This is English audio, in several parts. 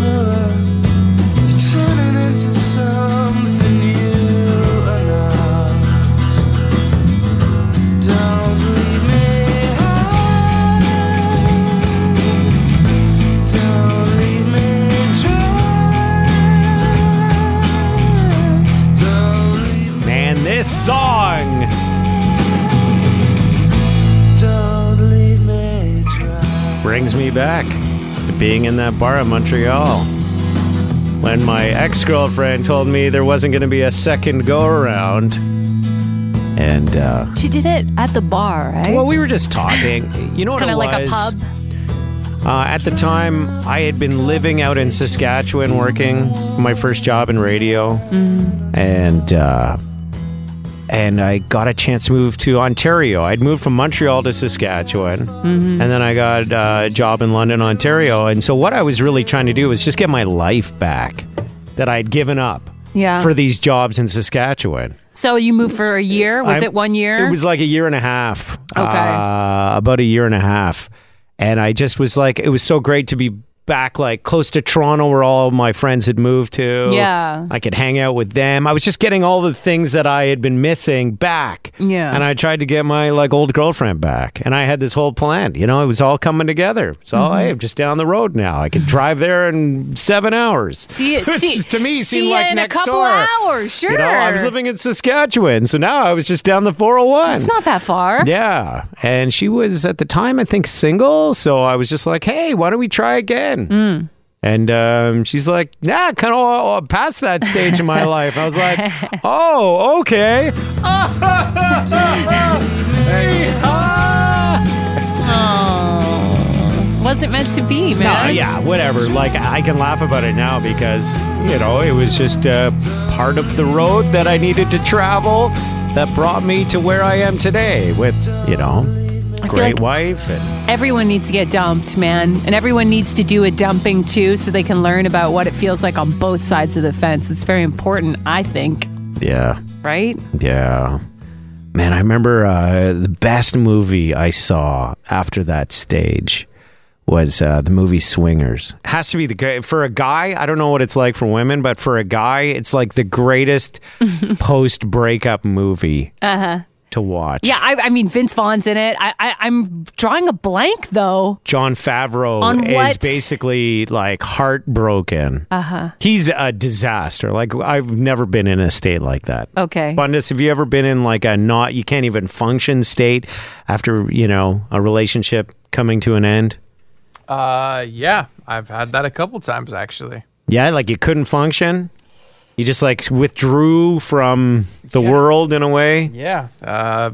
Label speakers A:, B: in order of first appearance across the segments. A: mirror. You're turning into something you are not. Don't leave me high. Don't leave me dry. Don't leave me.
B: Man, this song!
A: Don't leave me dry.
B: brings me back to being in that bar in Montreal. When my ex girlfriend told me there wasn't going to be a second go around. And, uh,
C: She did it at the bar, right?
B: well, we were just talking. You know what
C: it's kind
B: it
C: of
B: was?
C: like a pub.
B: Uh, at the time, I had been living out in Saskatchewan working my first job in radio,
C: Mm-hmm.
B: and uh, and I got a chance to move to Ontario. I'd moved from Montreal to Saskatchewan,
C: Mm-hmm.
B: and then I got uh, a job in London, Ontario. And so, what I was really trying to do was just get my life back that I'd given up
C: Yeah.
B: for these jobs in Saskatchewan.
C: so you moved for a year. Was
B: I-
C: it one year?
B: It was like a year and a half.
C: Okay.
B: Uh, about a year and a half. And I just was like, it was so great to be back, like close to Toronto, where all my friends had moved to.
C: Yeah.
B: I could hang out with them. I was just getting all the things that I had been missing back.
C: Yeah.
B: And I tried to get my like old girlfriend back. And I had this whole plan. You know, it was all coming together. So
C: Mm-hmm.
B: I am just down the road now. I could drive there in seven hours.
C: See,
B: Which
C: see,
B: to me
C: see
B: seemed
C: you
B: like
C: in
B: next
C: a couple
B: door.
C: hours. Sure.
B: You know, I was living in Saskatchewan, so now I was just down the 401.
C: It's not that far.
B: yeah, and she was at the time I think single, so I was just like, "Hey, why don't we try again?"
C: Hmm.
B: And um, she's like, "Nah, kind of past that stage in my life." I was like, "Oh, okay." ah.
C: Oh, wasn't meant to be, man.
B: No, yeah, whatever. Like I can laugh about it now because you know it was just uh, part of the road that I needed to travel that brought me to where I am today with you know great
C: like-
B: wife and.
C: Everyone needs to get dumped, man, and everyone needs to do a dumping too, so they can learn about what it feels like on both sides of the fence. It's very important, I think.
B: Yeah,
C: Right?
B: yeah. Man, I remember uh, the best movie I saw after that stage was uh, the movie Swingers. Has to be the great for a guy. I don't know what it's like for women, but for a guy, it's like the greatest post breakup movie to watch.
C: Yeah. I, I mean, Vince Vaughn's in it. I, I, I'm drawing a blank though.
B: John Favreau
C: On
B: is
C: what- Uh-huh.
B: basically like heartbroken. Uh huh. He's a disaster. Like I've never been in a state like that.
C: Okay.
B: Bundes, have you ever been in like a not you can't even function state after you know a relationship coming to an end?
D: Uh, yeah, I've had that a couple times actually.
B: Yeah, like you couldn't function. You just like withdrew from the
D: Yeah.
B: world in a way.
D: Yeah, uh,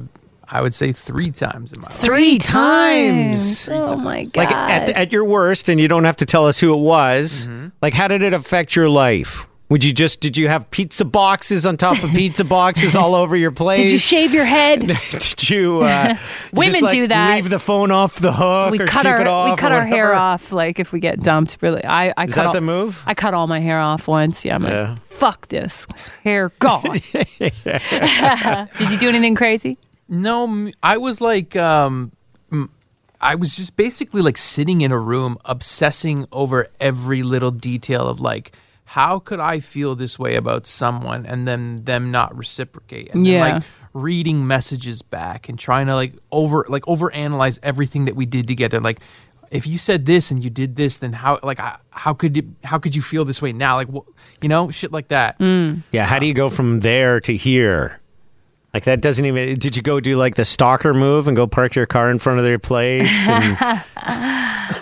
D: I would say three times in my life.
C: Three
B: times.
C: Oh my god!
B: Like at, at your worst, and you don't have to tell us who it was.
C: Mm-hmm.
B: Like, how did it affect your life? Would you just did you have pizza boxes on top of pizza boxes all over your place?
C: Did you shave your head?
B: did you uh,
C: Women
B: just, like,
C: do that.
B: Leave the phone off the hook.
C: we
B: or
C: cut
B: keep
C: our
B: it off
C: we
B: or
C: cut our hair
B: whatever?
C: off. Like if we get dumped, really. I I
B: Is
C: cut
B: that
C: all,
B: the move?
C: I cut all my hair off once. Yeah, I'm
B: Yeah.
C: like, fuck this hair gone. Did you do anything crazy?
D: No, m- I was like, um, m- I was just basically like sitting in a room obsessing over every little detail of like, how could I feel this way about someone and then them not reciprocate? And
C: Yeah.
D: then like reading messages back and trying to like over like overanalyze everything that we did together. Like if you said this and you did this, then how like I- how could it, how could you feel this way now? Like wh- you know shit like that.
B: Yeah, how do you go from there to here? Like that doesn't even. Did you go do like the stalker move and go park your car in front of their place?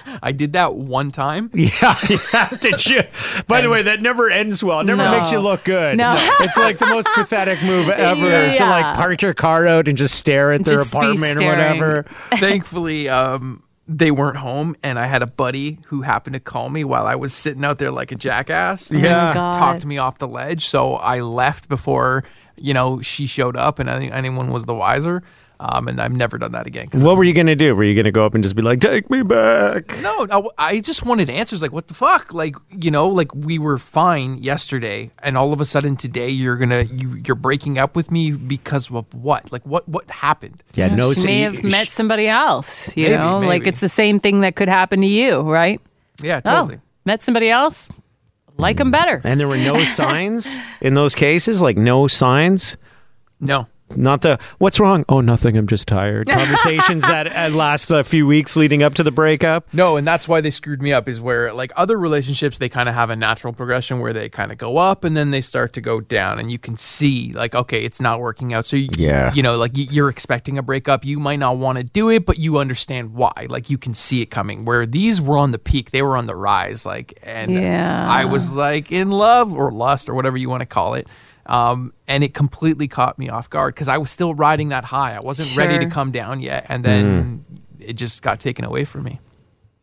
B: And,
D: I did that one time.
B: yeah, yeah. Did you? By the way, that never ends well. It never
C: No.
B: makes you look good.
C: No.
B: it's like the most pathetic move ever to
C: Yeah.
B: like park your car out and just stare at their
C: Just be
B: apartment or
C: staring.
B: whatever.
D: thankfully um they weren't home and I had a buddy who happened to call me while I was sitting out there like a
B: Oh
D: jackass.
C: Yeah. God.
D: Talked me off the ledge. So I left before, you know, she showed up and I think anyone was the wiser. Um, and I've never done that again. 'cause-
B: What were you going to do? Were you going to go up and just be like, take me back?
D: No, no, I just wanted answers. Like, what the fuck? Like, you know, like we were fine yesterday, and all of a sudden today you're gonna you you're breaking up with me because of what? Like, what what happened?
B: Yeah, no.
C: No, she may
B: see-
C: have met somebody else. You
D: Maybe,
C: know, like
D: maybe.
C: it's the same thing that could happen to you, right?
D: Yeah, totally.
C: Oh, met somebody else, like them better.
B: And there were no signs in those cases, like no signs.
D: No,
B: Not the what's wrong? Oh, nothing. I'm just tired. Conversations that uh, last a few weeks leading up to the
C: Oh,
B: breakup.
D: No, and that's why they screwed me up is where like other relationships they kind of have a natural progression where they kind of go up and then they start to go down and you can see like okay, it's not working out. So you,
B: Yeah.
D: you know, like y- you're expecting a breakup, you might not want to do it, but you understand why. Like you can see it coming. Where these were on the peak, they were on the rise like and
C: Yeah.
D: I was like in love or lust or whatever you want to call it. Um, and it completely caught me off guard because I was still riding that high. I wasn't ready
C: Sure.
D: to come down yet. And then it just got taken away from me.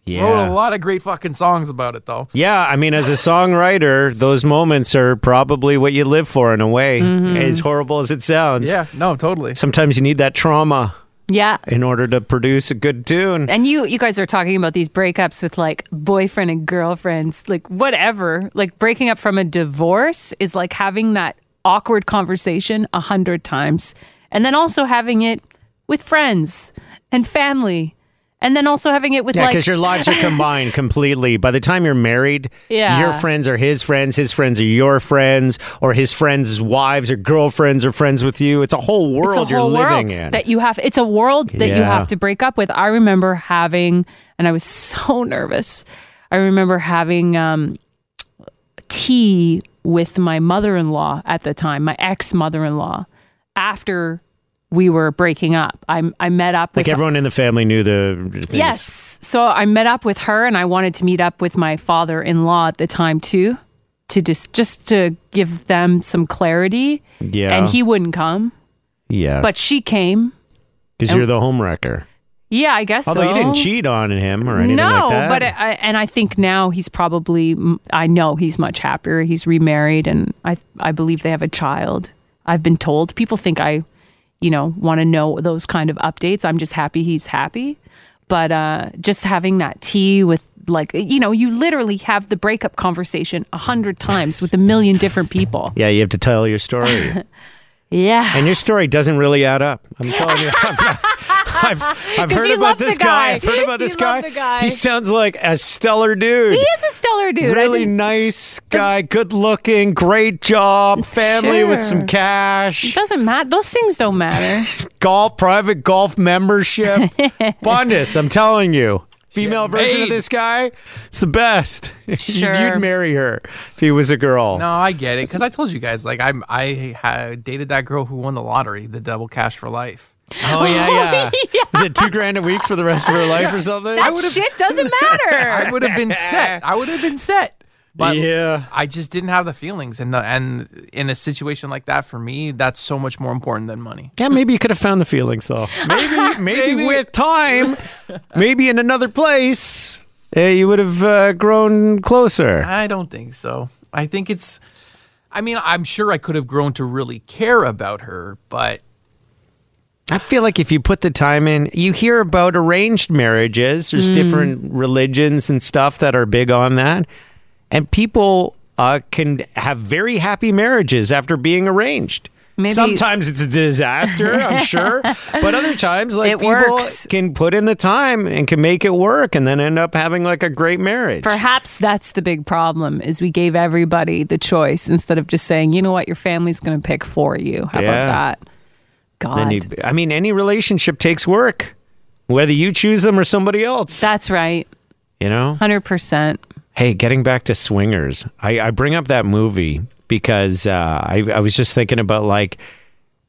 D: Wrote a
B: Yeah.
D: lot of great fucking songs about it though.
B: Yeah, I mean, as a songwriter, those moments are probably what you live for in a way,
C: Mm-hmm.
B: as horrible as it sounds.
D: Yeah, no, totally.
B: Sometimes you need that trauma
C: yeah.
B: in order to produce a good tune.
C: And you, you guys are talking about these breakups with like boyfriend and girlfriends, like whatever. Like breaking up from a divorce is like having that awkward conversation a hundred times, and then also having it with friends and family, and then also having it with
B: Yeah,
C: like
B: because your lives are combined completely. By the time you're married,
C: Yeah.
B: your friends are his friends, his friends are your friends, or his friends' wives or girlfriends are friends with you. It's a whole world
C: it's a whole
B: you're
C: world
B: living in.
C: that you have it's a world that you
B: Yeah.
C: have to break up with i remember having and i was so nervous i remember having um, tea with my mother-in-law at the time my ex-mother-in-law after we were breaking up i, I met up
B: like
C: with
B: everyone in the family knew the things.
C: Yes. So I met up with her and I wanted to meet up with my father in law at the time too, to just just to give them some clarity.
B: Yeah.
C: And he wouldn't come.
B: Yeah.
C: But she came.
B: because you're the homewrecker.
C: Yeah, I guess
B: Although
C: so.
B: you didn't cheat on him or anything like
C: no,
B: that.
C: but I, and I think now he's probably. m- I know he's much happier. He's remarried, and I I believe they have a child. I've been told people think I, you know, want to know those kind of updates. I'm just happy he's happy. But uh, just having that tea with like you know you literally have the breakup conversation a hundred times with a million different people.
B: yeah, you have to tell your story.
C: Yeah.
B: And your story doesn't really add up. I'm telling you. I've, I've, I've
C: 'Cause
B: heard
C: you
B: about
C: love the
B: this guy.
C: guy.
B: I've heard about
C: You
B: this
C: love
B: guy.
C: the guy.
B: He sounds like a stellar dude.
C: He is a stellar dude. I
B: really
C: didn't-
B: nice guy, good looking, great job, family with some
C: Sure.
B: cash,
C: doesn't matter. Those things don't matter.
B: golf, private golf membership. Bundus, I'm telling you. Female version of
D: made.
B: this guy, it's the best. You'd-
C: Sure.
B: You'd marry her if he was a girl.
D: No, I get it because I told you guys like I'm I had dated that girl who won the lottery, the double cash for life.
B: Oh, yeah, yeah. Is it two grand a week for the rest of her life or something?
C: That shit doesn't
D: I
C: matter.
D: would have been set. I would have been set. But
B: Yeah.
D: I just didn't have the feelings, and the and in a situation like that for me, that's so much more important than money.
B: Yeah, maybe you could have found the feelings though. Maybe, maybe, with time, maybe in another place, uh, you would have uh, grown closer.
D: I don't think so. I think it's. I mean, I'm sure I could have grown to really care about her, but
B: I feel like if you put the time in, you hear about arranged marriages.
C: Hmm.
B: There's different religions and stuff that are big on that, and people uh, can have very happy marriages after being arranged.
C: Maybe-
B: Sometimes it's a disaster, I'm sure, but other times, like
C: It
B: people
C: works.
B: can put in the time and can make it work, and then end up having like a great marriage.
C: Perhaps that's the big problem is we gave everybody the choice instead of just saying, you know what, your family's going to pick for you. How
B: Yeah.
C: about that? God.
B: Then you, I mean, any relationship takes work, whether you choose them or somebody else.
C: that's right.
B: you know.
C: 100%.
B: Hey, getting back to swingers, I, I bring up that movie because uh, I, I was just thinking about like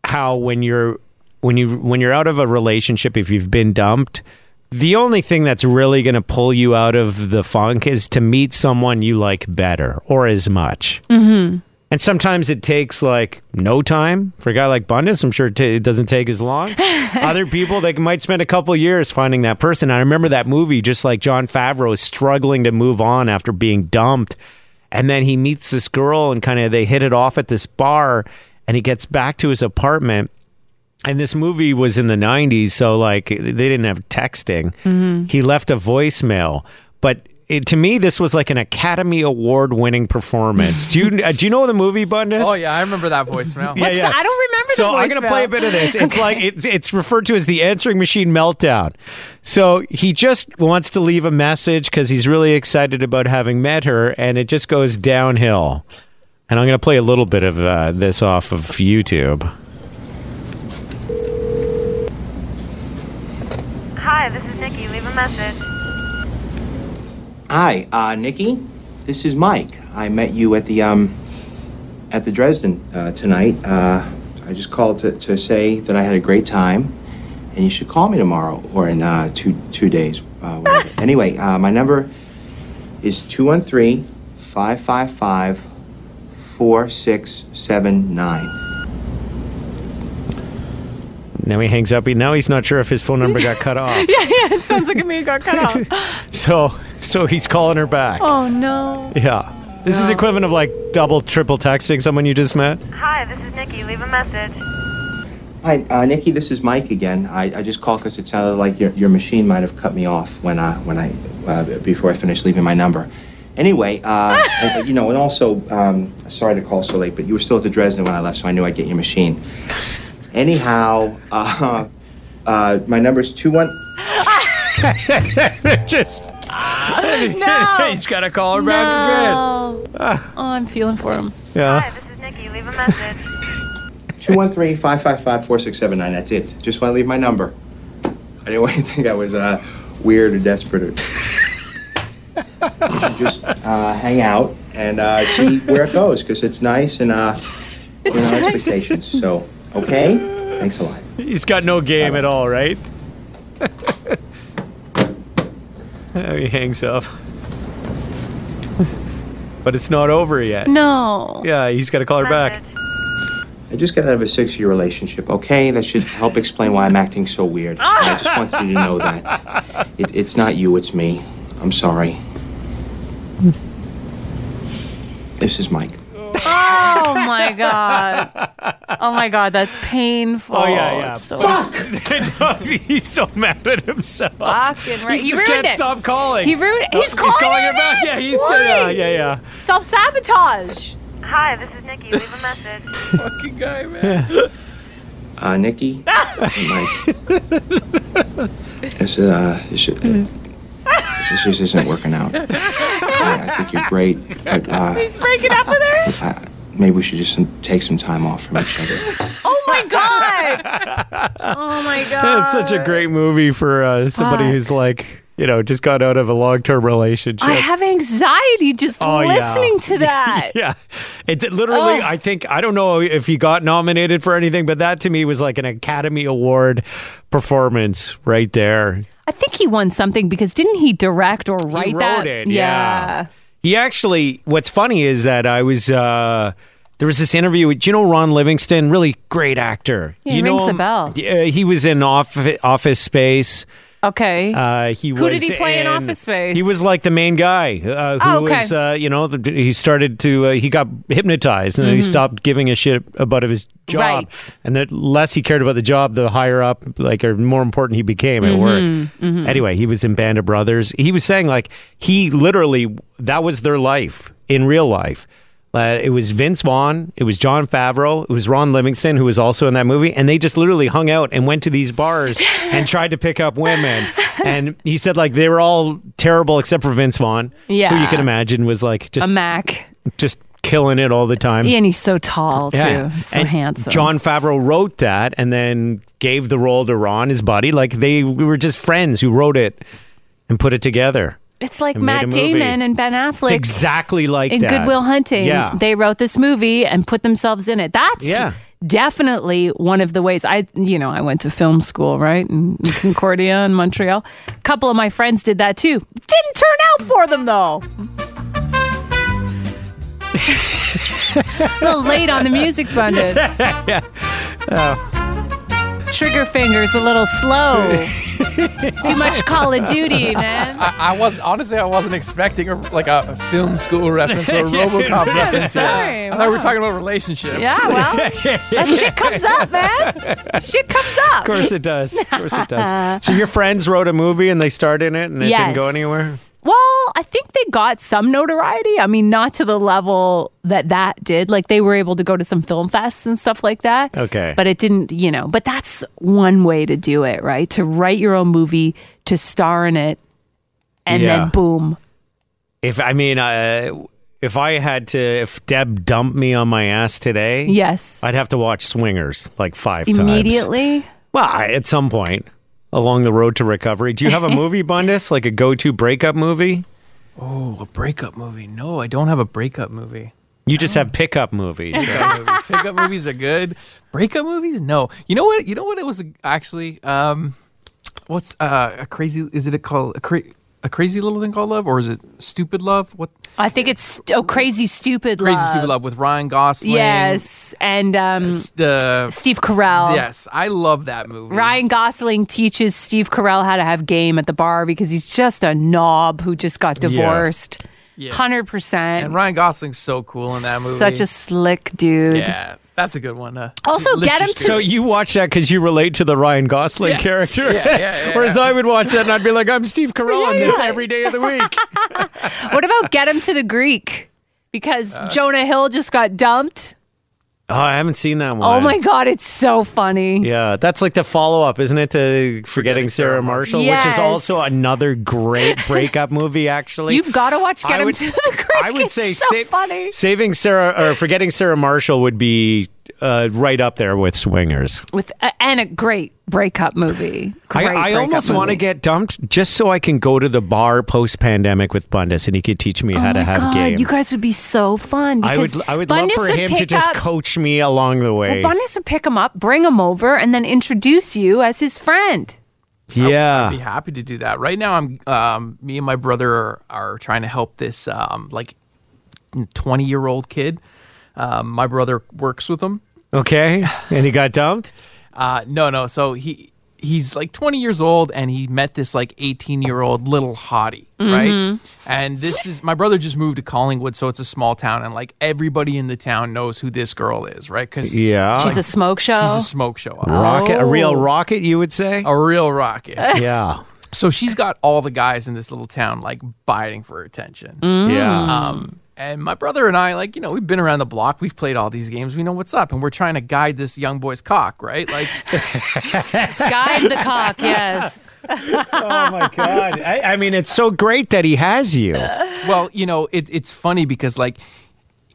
B: how when you're when you when you're out of a relationship, if you've been dumped, the only thing that's really going to pull you out of the funk is to meet someone you like better or as much. And sometimes it takes like no time for a guy like Bundes. I'm sure it, ta it doesn't take as long. Other people they might spend a couple years finding that person. I remember that movie, just like John Favreau is struggling to move on after being dumped, and then he meets this girl and kind of they hit it off at this bar, and he gets back to his apartment. And this movie was in the 90s, so like they didn't have texting.
C: Mm-hmm.
B: He left a voicemail, but it, to me, this was like an Academy Award winning performance. do you uh, do you know the movie Bundes?
D: Oh yeah, I remember that voicemail.
B: Yeah, yeah.
C: I don't remember the
B: So I'm gonna
C: voicemail.
B: play a bit of this. It's like it's it's referred to as the answering machine meltdown. So he just wants to leave a message because he's really excited about having met her, and it just goes downhill. And I'm gonna play a little bit of uh, this off of YouTube.
E: Hi, this is Nikki. Leave a message.
F: Hi, uh, Nikki. This is Mike. I met you at the um, at the Dresden uh, tonight. Uh, I just called to, to say that I had a great time, and you should call me tomorrow or in uh, two two days. Uh, whatever. anyway, uh, my number is 213-555-4679.
B: Now he hangs up. He, now he's not sure if his phone number got cut off.
C: yeah, yeah. It sounds like a me got cut off.
B: So so he's calling her back.
C: Oh no.
B: Yeah. This is equivalent of like double, triple texting someone you just met.
E: Hi, this is Nikki. Leave a message.
F: Hi, uh, Nikki. This is Mike again. I, I just called because it sounded like your, your machine might have cut me off when I when I uh, before I finished leaving my number. Anyway, uh, and- you know, and also, um, sorry to call so late, but you were still at the Dresden when I left, so I knew I'd get your machine. Anyhow, uh, uh, my number is two one.
B: just
C: No.
B: he's got to call her back
C: No. Oh, I'm feeling for him.
B: again. Yeah.
E: Hi, this is Nikki. Leave a message.
F: 213-555-4679. That's it. Just want to leave my number. I didn't want you to think I was uh, weird or desperate. Or... just uh, hang out and uh, see where it goes because it's nice and uh, we're not expectations. So, okay? Thanks a lot.
B: He's got no game at all, right? Oh, he hangs up. but it's not over yet.
C: No.
B: Yeah, he's got to call her back.
E: Message.
F: I just got out of a six-year relationship, okay? That should help explain why I'm acting so weird. I just want you to know that. It, it's not you, it's me. I'm sorry. This is Mike.
C: Oh my god. Oh my god. That's painful.
B: Oh, yeah, yeah.
C: It's so
B: No, he's so mad at himself.
C: fucking right.
B: He
C: He
B: just
C: ruined
B: can't
C: it.
B: stop calling.
C: He ruined.
B: No,
C: He's calling,
B: her back. Yeah, he's yeah, yeah, yeah.
C: Self sabotage.
E: Hi, this is Nikki. Leave a message.
D: Fucking guy, man.
F: Uh, Nikki? Hey, Mike. This, uh, this, should- this just isn't working out. I, I think you're great, but uh,
C: He's breaking up with her.
F: I, maybe we should just some, take some time off from each other.
C: Oh my god. Oh my god.
B: That's such a great movie for uh, somebody
C: Fuck.
B: who's like, you know, just got out of a long term relationship.
C: I have anxiety just
B: Oh, yeah.
C: listening to that.
B: yeah. It did- literally,
C: Oh.
B: I think, I don't know if he got nominated for anything, but that to me was like an Academy Award performance right there.
C: I think he won something because didn't he direct or write
B: he wrote
C: that?
B: it. Yeah. He actually. What's funny is that I was. Uh, there was this interview with, do you know Ron Livingston? Really great actor.
C: Yeah,
B: you know
C: rings a
B: him?
C: bell.
B: Yeah, he was in off, Office Space.
C: Okay.
B: Uh, he
C: Who
B: was
C: did he play in Office Space?
B: He was like the main guy uh, who
C: Oh, okay.
B: was, uh, you know, the, he started to, uh, he got hypnotized and then he stopped giving a shit about of his job.
C: Mm-hmm. Right.
B: And the less he cared about the job, the higher up, like, or more important he became at work. Anyway, he was in Band of Brothers. He was saying, like, he literally, that was their life in real life. Uh, it was Vince Vaughn, it was John Favreau, it was Ron Livingston, who was also in that movie, and they just literally hung out and went to these bars and tried to pick up women. And he said, like, they were all terrible except for Vince Vaughn, who you
C: Yeah.
B: can imagine was like just
C: a Mac.
B: just killing it all the time.
C: Yeah, and he's so tall too. So
B: And
C: handsome.
B: John Favreau wrote that and then gave the role to Ron, his buddy. Like they we were just friends who wrote it and put it together.
C: It's like
B: and made a
C: Matt
B: movie.
C: Damon and Ben
B: It's
C: Affleck
B: exactly like
C: in
B: that.
C: Goodwill Hunting.
B: Yeah.
C: They wrote this movie and put themselves in it. That's
B: Yeah.
C: definitely one of the ways I you know, I went to film school, right? In in Concordia and Montreal. A couple of my friends did that too. Didn't turn out for them though. a little late on the music bundle. Trigger fingers a little slow. Too much Call of Duty, man.
D: I, I was honestly I wasn't expecting a, like a, a film school reference or a RoboCop reference. here.
C: sorry,
D: I thought we were
C: wow.
D: talking about relationships.
C: Yeah, well, that shit comes up, man. Shit comes up.
B: Of course it does. Of course it does. So your friends wrote a movie and they starred in it and it didn't go anywhere?
C: Well, I think they got some notoriety. I mean, not to the level that that did. Like they were able to go to some film fests and stuff like that.
B: Okay.
C: But it didn't, you know, but that's one way to do it, right? To write your own movie, to star in it, and
B: Yeah.
C: then boom.
B: If I mean, uh, if I had to, if Deb dumped me on my ass today,
C: Yes.
B: I'd have to watch Swingers like five times.
C: Immediately.
B: Well, I- at some point along the road to recovery. Do you have a movie, Bundus? Like a go-to breakup movie?
D: Oh, a breakup movie. No, I don't have a breakup movie.
B: You just have pickup movies.
D: Pickup movies. Pickup movies are good. Breakup movies? No. You know what? You know what? It was actually um, what's uh, a crazy? Is it a called a, cra- a crazy little thing called love, or is it stupid love? What
C: I think it's st- oh crazy stupid
D: crazy
C: love.
D: stupid love with Ryan Gosling?
C: Yes, and um,
D: The
C: Steve Carell.
D: yes, I love that movie.
C: Ryan Gosling teaches Steve Carell how to have game at the bar because he's just a knob who just got divorced. Hundred percent.
D: and Ryan Gosling's so cool in that movie.
C: Such a slick dude.
D: yeah, that's a good one. Uh,
C: Also,
D: lift
C: get
D: your
C: him to-
B: So you watch that because you relate to the Ryan Gosling character,
D: yeah,
B: whereas I would watch that and I'd be like, "I'm Steve Carell on this every day of the week."
C: What about get him to the Greek? Because
B: Uh,
C: Jonah Hill just got dumped.
B: oh, I haven't seen that one.
C: Oh my god, it's so funny.
B: Yeah, that's like the follow up, isn't it, to Forgetting Sarah Marshall, which is
C: Yes.
B: also another great breakup movie, actually.
C: You've got to watch Get
B: I
C: Him
B: would-
C: to the Greek.
B: I would
C: It's
B: say
C: so
B: sa-
C: funny.
B: Saving Sarah or Forgetting Sarah Marshall would be uh, right up there with Swingers.
C: With a, and a great breakup movie. Great
B: I, I
C: breakup
B: almost want to
C: movie.
B: get dumped just so I can go to the bar post pandemic with Bundes and he could teach me
C: Oh
B: how to
C: my
B: have
C: God,
B: game.
C: You guys would be so fun.
B: I would
C: because
B: I would love
C: Bundes
B: for
C: would
B: him to
C: pick
B: just
C: up-
B: coach me along the way.
C: Well, Bundes would pick him up, bring him over, and then introduce you as his friend.
B: yeah.
D: be happy to do that. Right now, I'm um, me and my brother are, are trying to help this um, like twenty year old kid. Um, my brother works with him.
B: okay. And he got dumped?
D: Uh, no, no. So he he's like twenty years old, and he met this like eighteen year old little hottie, right?
C: Mm-hmm.
D: And this is my brother just moved to Collingwood, so it's a small town, and like everybody in the town knows who this girl is, right? Because
B: Yeah.
C: She's a smoke show.
D: she's a smoke show, up.
B: rocket a
C: Oh.
B: real rocket, you would say?
D: a real rocket.
B: Yeah.
D: so she's got all the guys in this little town like biting for her attention.
C: Mm.
B: Yeah.
D: Um, and my brother and I, like, you know, we've been around the block. We've played all these games. We know what's up. And we're trying to guide this young boy's cock, right? Like,
C: Guide the cock, yes.
B: oh my god! I, I mean, it's so great that he has you.
D: well, you know, it, it's funny because, like,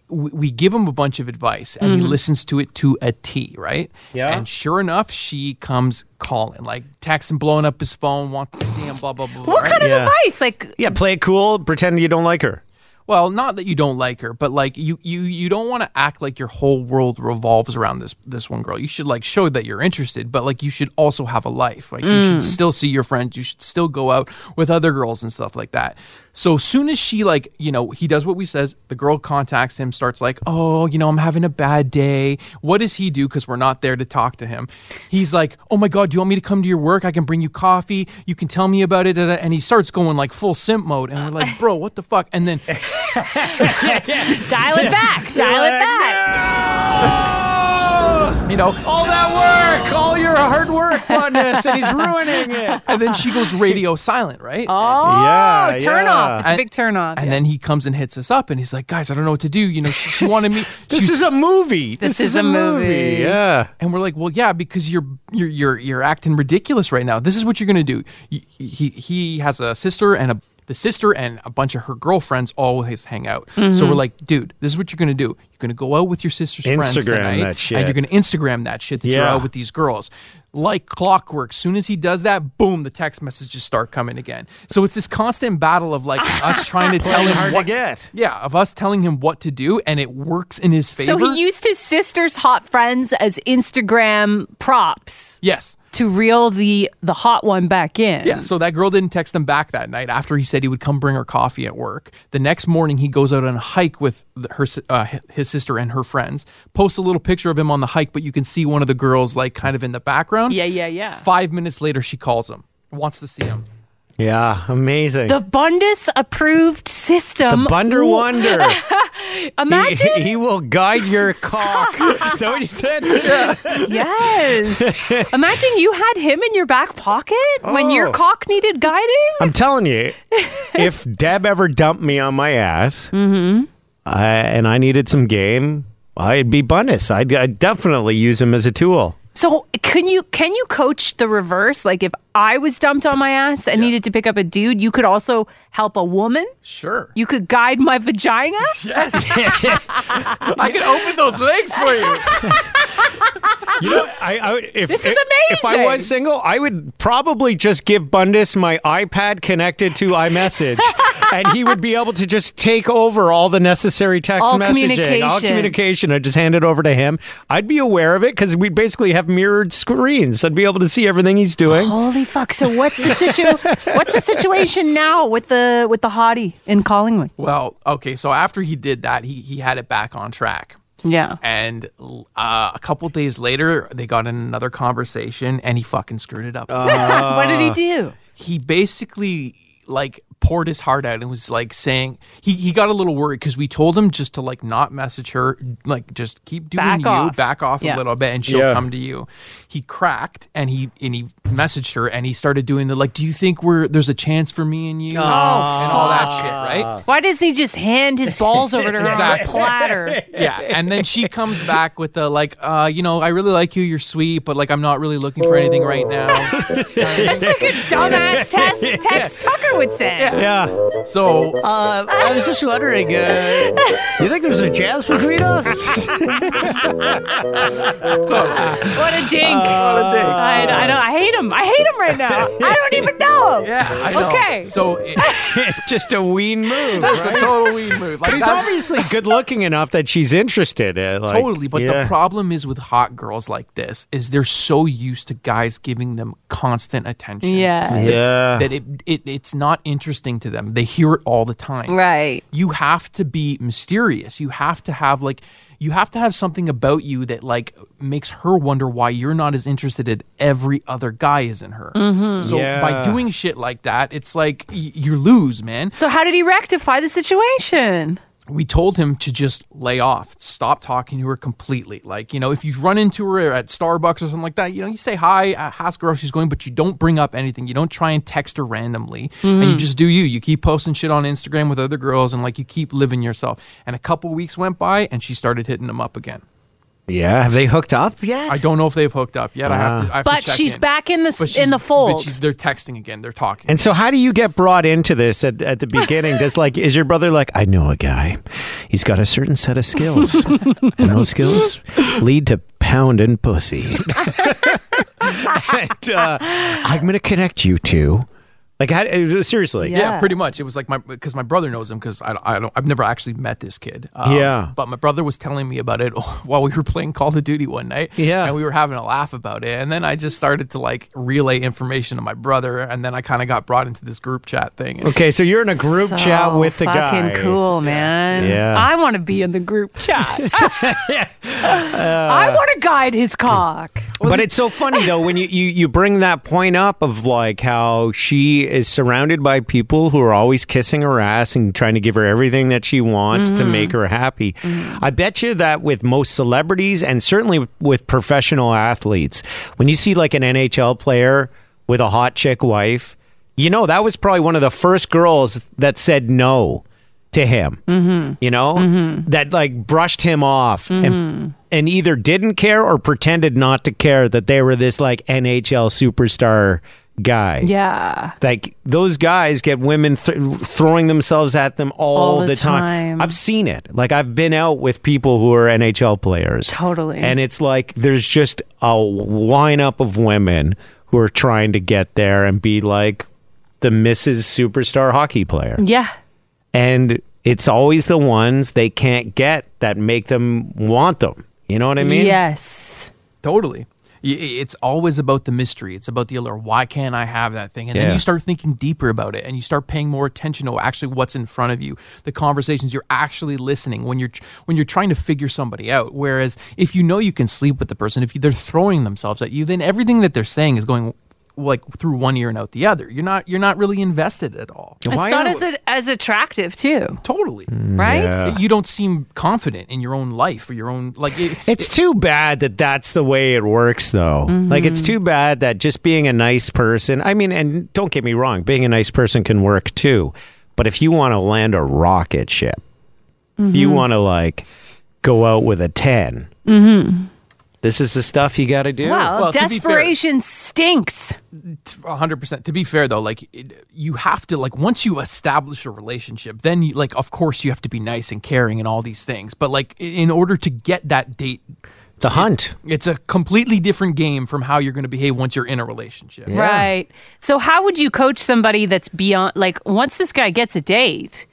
D: we, we give him a bunch of advice and
C: Mm-hmm.
D: he listens to it to a T, right?
B: Yeah.
D: And sure enough, she comes calling, like, texting, blowing up his phone, wants to see him, blah, blah, blah.
C: What
D: right?
C: kind of
B: Yeah.
C: advice? Like,
B: Yeah, play it cool. Pretend you don't like her.
D: Well, not that you don't like her, but like you you you don't want to act like your whole world revolves around this this one girl. You should like show that you're interested, but like you should also have a life. Like you should still see your friends, you should still go out with other girls and stuff like that. So soon as she like, you know, he does what we says, the girl contacts him, starts like, "Oh, you know, I'm having a bad day." What does he do cuz we're not there to talk to him? He's like, "Oh my god, do you want me to come to your work? I can bring you coffee. You can tell me about it." da, da," And he starts going like full simp mode and we're like, "Bro, what the fuck?" And then
C: dial it back, dial it back.
D: you know, all that work, all your hard work on this, and he's ruining it. And then she goes radio silent, right?
C: Oh,
B: Yeah,
C: turn
B: yeah.
C: off. It's a
D: And-
C: big turn off.
D: and then he comes and hits us up, and he's like, "Guys, I don't know what to do. You know, she, she wanted me.
B: This
D: she's-
B: is a movie. This,
C: is a movie.
B: Yeah.
D: And we're like, well, yeah, because you're you're you're, you're acting ridiculous right now. This is what you're gonna do. Y- He he has a sister and a the sister and a bunch of her girlfriends always hang out. So
B: Mm-hmm.
D: we're like, dude, this is what you're gonna do. You're gonna go out with your sister's friends
B: Instagram
D: tonight,
B: that shit.
D: and you're gonna Instagram that shit that you're
B: Yeah.
D: out with these girls. like clockwork. Soon as he does that, boom, the text messages start coming again. So it's this constant battle of like us trying to tell him
B: hard to
D: what,
B: get.
D: Yeah, of us telling him what to do, and it works in his favor.
C: So he used his sister's hot friends as Instagram props
D: yes.
C: to reel the the hot one back in.
D: Yeah, so that girl didn't text him back that night after he said he would come bring her coffee at work. The next morning, he goes out on a hike with the- her, si- uh, hi- his sister and her friends. Posts a little picture of him on the hike, but you can see one of the girls like kind of in the background.
C: Yeah, yeah, yeah.
D: Five minutes later, she calls him, wants to see him.
B: Yeah, amazing.
C: The Bundus approved system.
B: The Bunder
C: Ooh,
B: Wonder. he,
C: Imagine.
B: he will guide your cock. Is that what you said?
C: yes. Imagine you had him in your back pocket when your
B: Oh.
C: cock needed guiding.
B: I'm telling you, if Deb ever dumped me on my ass I, and I needed some game, I'd be bonus. I'd, I'd definitely use him as a tool.
C: So can you can you coach the reverse? Like if I was dumped on my ass and needed to pick up a dude, you could also help a woman.
D: Sure.
C: You could guide my vagina.
D: yes. I can open those legs for you.
B: You know, I, I would- if,
C: This is
B: if- If I
C: amazing.
B: was single, I would probably just give Bundus my iPad connected to iMessage, and he would be able to just take over all the necessary text
C: All
B: messaging, all
C: communication.
B: communication. I'd just hand it over to him. I'd be aware of it because we basically have mirrored screens. I'd be able to see everything he's doing.
C: Holy fuck! So what's the situ- What's the situation now with the with the hottie in Collingwood?
D: Well, okay, so after he did that, he, he had it back on track.
C: Yeah.
D: And uh, a couple days later, they got in another conversation and he fucking screwed it up.
C: what did he
B: Uh.
C: do?
D: he basically like poured his heart out and was like saying he, he got a little worried because we told him just to like not message her like just keep doing
C: Back
D: you
C: off.
D: back off
C: Yeah.
D: a little bit and she'll
B: Yeah.
D: come to you he cracked and he and he messaged her and he started doing the like do you think we're there's a chance for me and
B: Oh,
D: you and all that shit right
C: Why doesn't he just hand his balls over to her on a
D: Exactly.
C: platter?
D: yeah and then she comes back with the like uh you know i really like you you're sweet but like i'm not really looking for anything right now
C: That's like a dumbass test text Tucker would say.
B: Yeah.
D: so
B: Uh, I was just wondering, uh, you think there's a jazz between us?
C: What a dink! what a dink! I, I don't. I hate him. I hate him right now. I don't even know him.
D: yeah I know.
C: Okay.
D: so it,
B: just a ween move.
D: That's the total weed move. Like,
B: But he's
D: that's-
B: obviously good looking enough that she's interested. uh, like-
D: totally. But
B: Yeah.
D: the problem is with hot girls like this is they're so used to guys giving them constant attention.
C: Yeah.
D: that-
B: Yeah.
D: That it, it it's not interesting to them. They hear it all the time.
C: Right.
D: You have to be mysterious. You have to have like you have to have something about you that like makes her wonder why you're not as interested as every other guy is in her.
C: Mm-hmm.
D: So
B: Yeah.
D: by doing shit like that, it's like y- you lose, man.
C: So how did he rectify the situation?
D: we told him to just lay off, stop talking to her completely. Like, you know, if you run into her at Starbucks or something like that, you know, you say hi, uh, ask her how she's going, but you don't bring up anything. You don't try and text her randomly.
C: Mm.
D: And you just do you. You keep posting shit on Instagram with other girls and like you keep living yourself. And a couple weeks went by and she started hitting him up again.
B: Yeah, have they hooked up yet?
D: I don't know if they've hooked up yet. I have to, I have to
C: But
D: check
C: she's
D: in.
C: back in the s-
D: But
C: in
D: she's-
C: the fold.
D: But she's, they're texting again. They're talking.
B: and so, how do you get brought into this at, at the beginning? Does like is your brother like I know a guy, he's got a certain set of skills, and those skills lead to pounding pussy. and, uh, I'm gonna connect you two. Like, how, uh, seriously?
D: Yeah,
C: Yeah.
D: pretty much. It was like my because my brother knows him because I, don't- I don't I've never actually met this kid. Um,
B: Yeah.
D: but my brother was telling me about it while we were playing Call of Duty one night.
B: Yeah.
D: and we were having a laugh about it, and then I just started to like relay information to my brother, and then I kind of got brought into this group chat thing. And
B: Okay, so you're in a group
C: So
B: chat with the
C: fucking
B: guy.
C: cool, man.
B: Yeah.
C: I want to be in the group chat. I want to guide his cock.
B: but it's so funny though when you, you you bring that point up of like how she is surrounded by people who are always kissing her ass and trying to give her everything that she wants to make her happy. I bet you that with most celebrities and certainly with professional athletes, when you see like an NHL player with a hot chick wife, you know that was probably one of the first girls that said no to him you know
C: Mm-hmm.
B: that like brushed him off and and either didn't care or pretended not to care that they were this like NHL superstar guy.
C: Yeah.
B: Like those guys get women th- throwing themselves at them all,
C: All the
B: time.
C: time.
B: I've seen it. Like I've been out with people who are NHL players.
C: Totally.
B: And it's like there's just a lineup of women who are trying to get there and be like the Mrs. Superstar hockey player.
C: Yeah.
B: And it's always the ones they can't get that make them want them. You know what I mean?
C: yes.
D: Totally. Y- y- It's always about the mystery. It's about the allure. Why can't I have that thing? And
B: Yeah.
D: then you start thinking deeper about it, and you start paying more attention to actually what's in front of you, the conversations you're actually listening when you're tr- when you're trying to figure somebody out. Whereas if you know you can sleep with the person, if you, they're throwing themselves at you, then everything that they're saying is going like through one ear and out the other. You're not you're not really invested at all.
B: Why
C: it's not
B: are-
C: as, a, as attractive, too,
D: Totally.
C: right?
B: yeah.
D: You don't seem confident in your own life or your own like. It,
B: It's too bad that that's the way it works, though.
C: Mm-hmm.
B: Like, it's too bad that just being a nice person, I mean, and don't get me wrong, being a nice person can work too. But if you want to land a rocket ship, if
C: Mm-hmm.
B: you want to, like, go out with a 10,
C: Mm-hmm.
B: this is the stuff you got to do.
C: Wow.
D: Well, to be fair-
C: desperation stinks.
D: hundred percent. To be fair, though, like it, you have to like once you establish a relationship, then you, like of course you have to be nice and caring and all these things. But like i- in order to get that date,
B: The hunt.
D: it's a completely different game from how you're going to behave once you're in a relationship.
C: Right. So, how would you coach somebody that's beyond, like, once this guy gets a date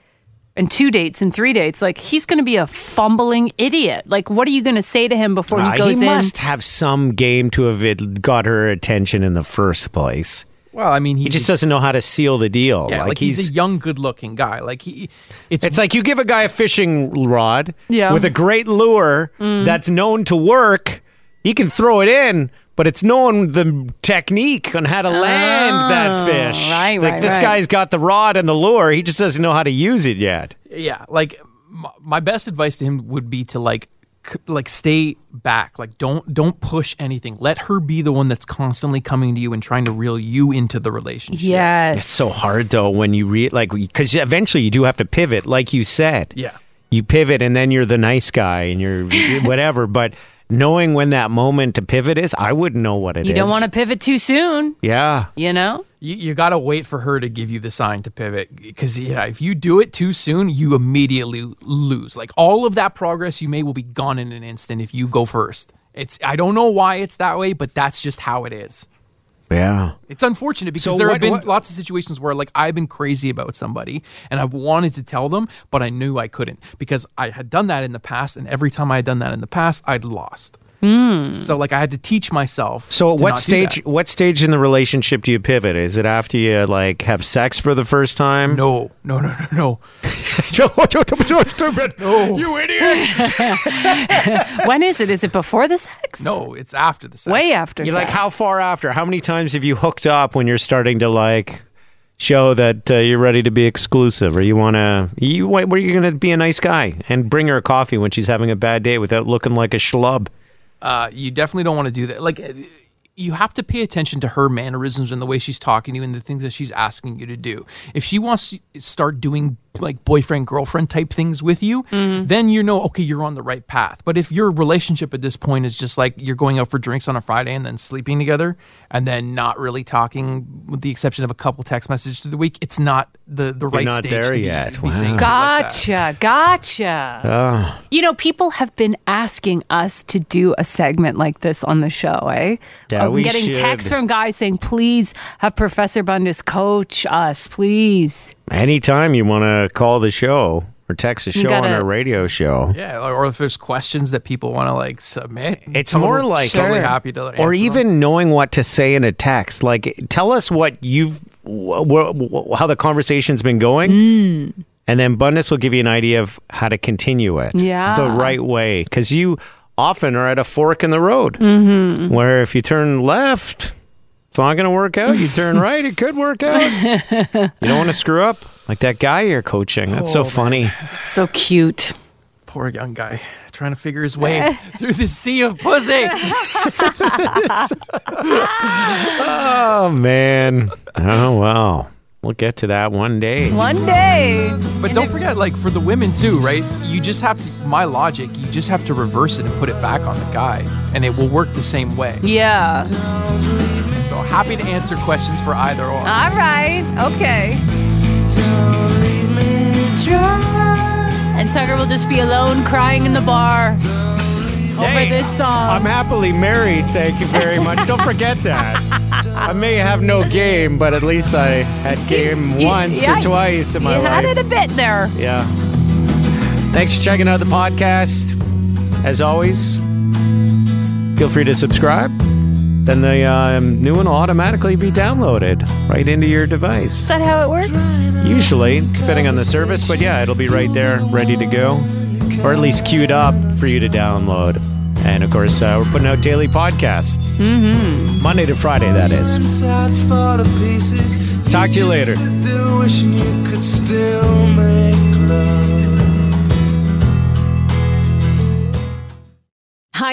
C: and two dates and three dates, like, he's going to be a fumbling idiot. Like, what are you going to say to him before
B: Uh,
C: he goes
B: he
C: in?
B: must have some game to have it got her attention in the first place.
D: Well, I mean, he's
B: He just doesn't know how to seal the deal.
D: yeah, like, he's, a young, good-looking guy. Like he, it's,
B: It's like you give a guy a fishing rod
C: Yeah. Mm.
B: with a great lure that's known to work. He can throw it in, but it's knowing the technique on how to land that fish.
C: Oh, right,
B: like
C: right,
B: this
C: right.
B: guy's got the rod and the lure. He just doesn't know how to use it yet.
D: yeah, like my, my best advice to him would be to like c- like stay back like don't don't push anything let her be the one that's constantly coming to you and trying to reel you into the relationship
C: yes.
B: It's so hard though when you read like because eventually you do have to pivot, like you said.
D: Yeah.
B: you pivot and then you're the nice guy and you're whatever. But knowing when that moment to pivot is, I wouldn't know what it is.
C: You don't want to pivot too soon,
B: Yeah.
C: you know?
D: You, you got to wait for her to give you the sign to pivot because yeah, if you do it too soon, you immediately lose. Like all of that progress you made will be gone in an instant if you go first. It's I don't know why it's that way, but that's just how it is.
B: Yeah.
D: It's unfortunate because
B: So
D: there
B: what-
D: have been
B: what-
D: lots of situations where like I've been crazy about somebody and I've wanted to tell them, but I knew I couldn't because I had done that in the past, and every time I had done that in the past, I'd lost. So like I had to teach myself.
B: Hmm. So at
D: to
B: what
D: not do that.
B: stage what stage in the relationship do you pivot? Is it after you like have sex for the first time?
D: No, no, no, no, no.
B: stupid. You idiot.
C: when is it? Is it before the sex?
D: No, it's after the sex.
C: Way after
B: You're like
C: sex.
B: how far after? How many times have you hooked up when you're starting to like show that uh, you're ready to be exclusive or you want to you wait, where you going to be a nice guy and bring her a coffee when she's having a bad day without looking like a schlub?
D: Uh, you definitely don't want to do that. Like, uh, you have to pay attention to her mannerisms and the way she's talking to you and the things that she's asking you to do. If she wants to start doing like boyfriend girlfriend type things with you,
C: Mm-hmm.
D: then you know okay you're on the right path. But if your relationship at this point is just like you're going out for drinks on a Friday and then sleeping together and then not really talking, with the exception of a couple text messages through the week, it's not the the right
B: not
D: stage
B: there
D: to be-
B: yet.
D: to
B: Wow.
D: Be saying shit like that.
C: Gotcha, gotcha. You know, people have been asking us to do a segment like this on the show, eh?
B: Yeah,
C: I'm
B: we
C: getting
B: should.
C: texts from guys saying, please have Professor Bundes coach us, please.
B: Anytime you want to call the show or text the show on
C: gotta-
B: our radio show.
D: Yeah, or- or if there's questions that people want to like submit,
B: It's
D: totally-
B: more like
D: totally happy to, answer
B: or
D: them.
B: even knowing what to say in a text. Like, tell us what you've, wh- wh- wh- how the conversation's been going,
D: Hmm.
B: and then Bundes will give you an idea of how to continue it,
C: Yeah.
B: the right way, because you often are at a fork in the road
D: Mm-hmm.
B: where if you turn left, it's not going to work out. You turn right, it could work out. you don't want to screw up like that guy you're coaching. That's
D: Oh,
B: so funny.
C: So cute.
D: poor young guy trying to figure his way through the sea of pussy.
B: Oh man. Oh wow. We'll get to that one day.
C: One day.
D: But don't forget, like for the women too, right? You just have to, my logic. You just have to reverse it and put it back on the guy, and it will work the same way.
C: Yeah.
D: So So happy to answer questions for either or.
C: All right. Okay. And Tucker will just be alone crying in the bar over
B: Hey,
C: this song.
B: I'm happily married. Thank you very much. Don't forget that. I may have no game, but at least I had game
C: You-
B: once
C: yeah,
B: or twice in my
C: You had
B: life.
C: it a bit there.
B: Yeah. Thanks for checking out the podcast. As always, feel free to subscribe. Then the um, new one will automatically be downloaded right into your
C: Is
B: device.
C: that how it works?
B: Usually, depending on the service, but yeah, it'll be right there, ready to go, or at least queued up for you to download. And of course, uh, we're putting out daily podcasts. Mm-hmm. Monday to Friday, that is.
A: Insides fall to pieces.
B: Talk to you
A: just
B: later.
A: sit there wishing you could still make love.
G: Hi,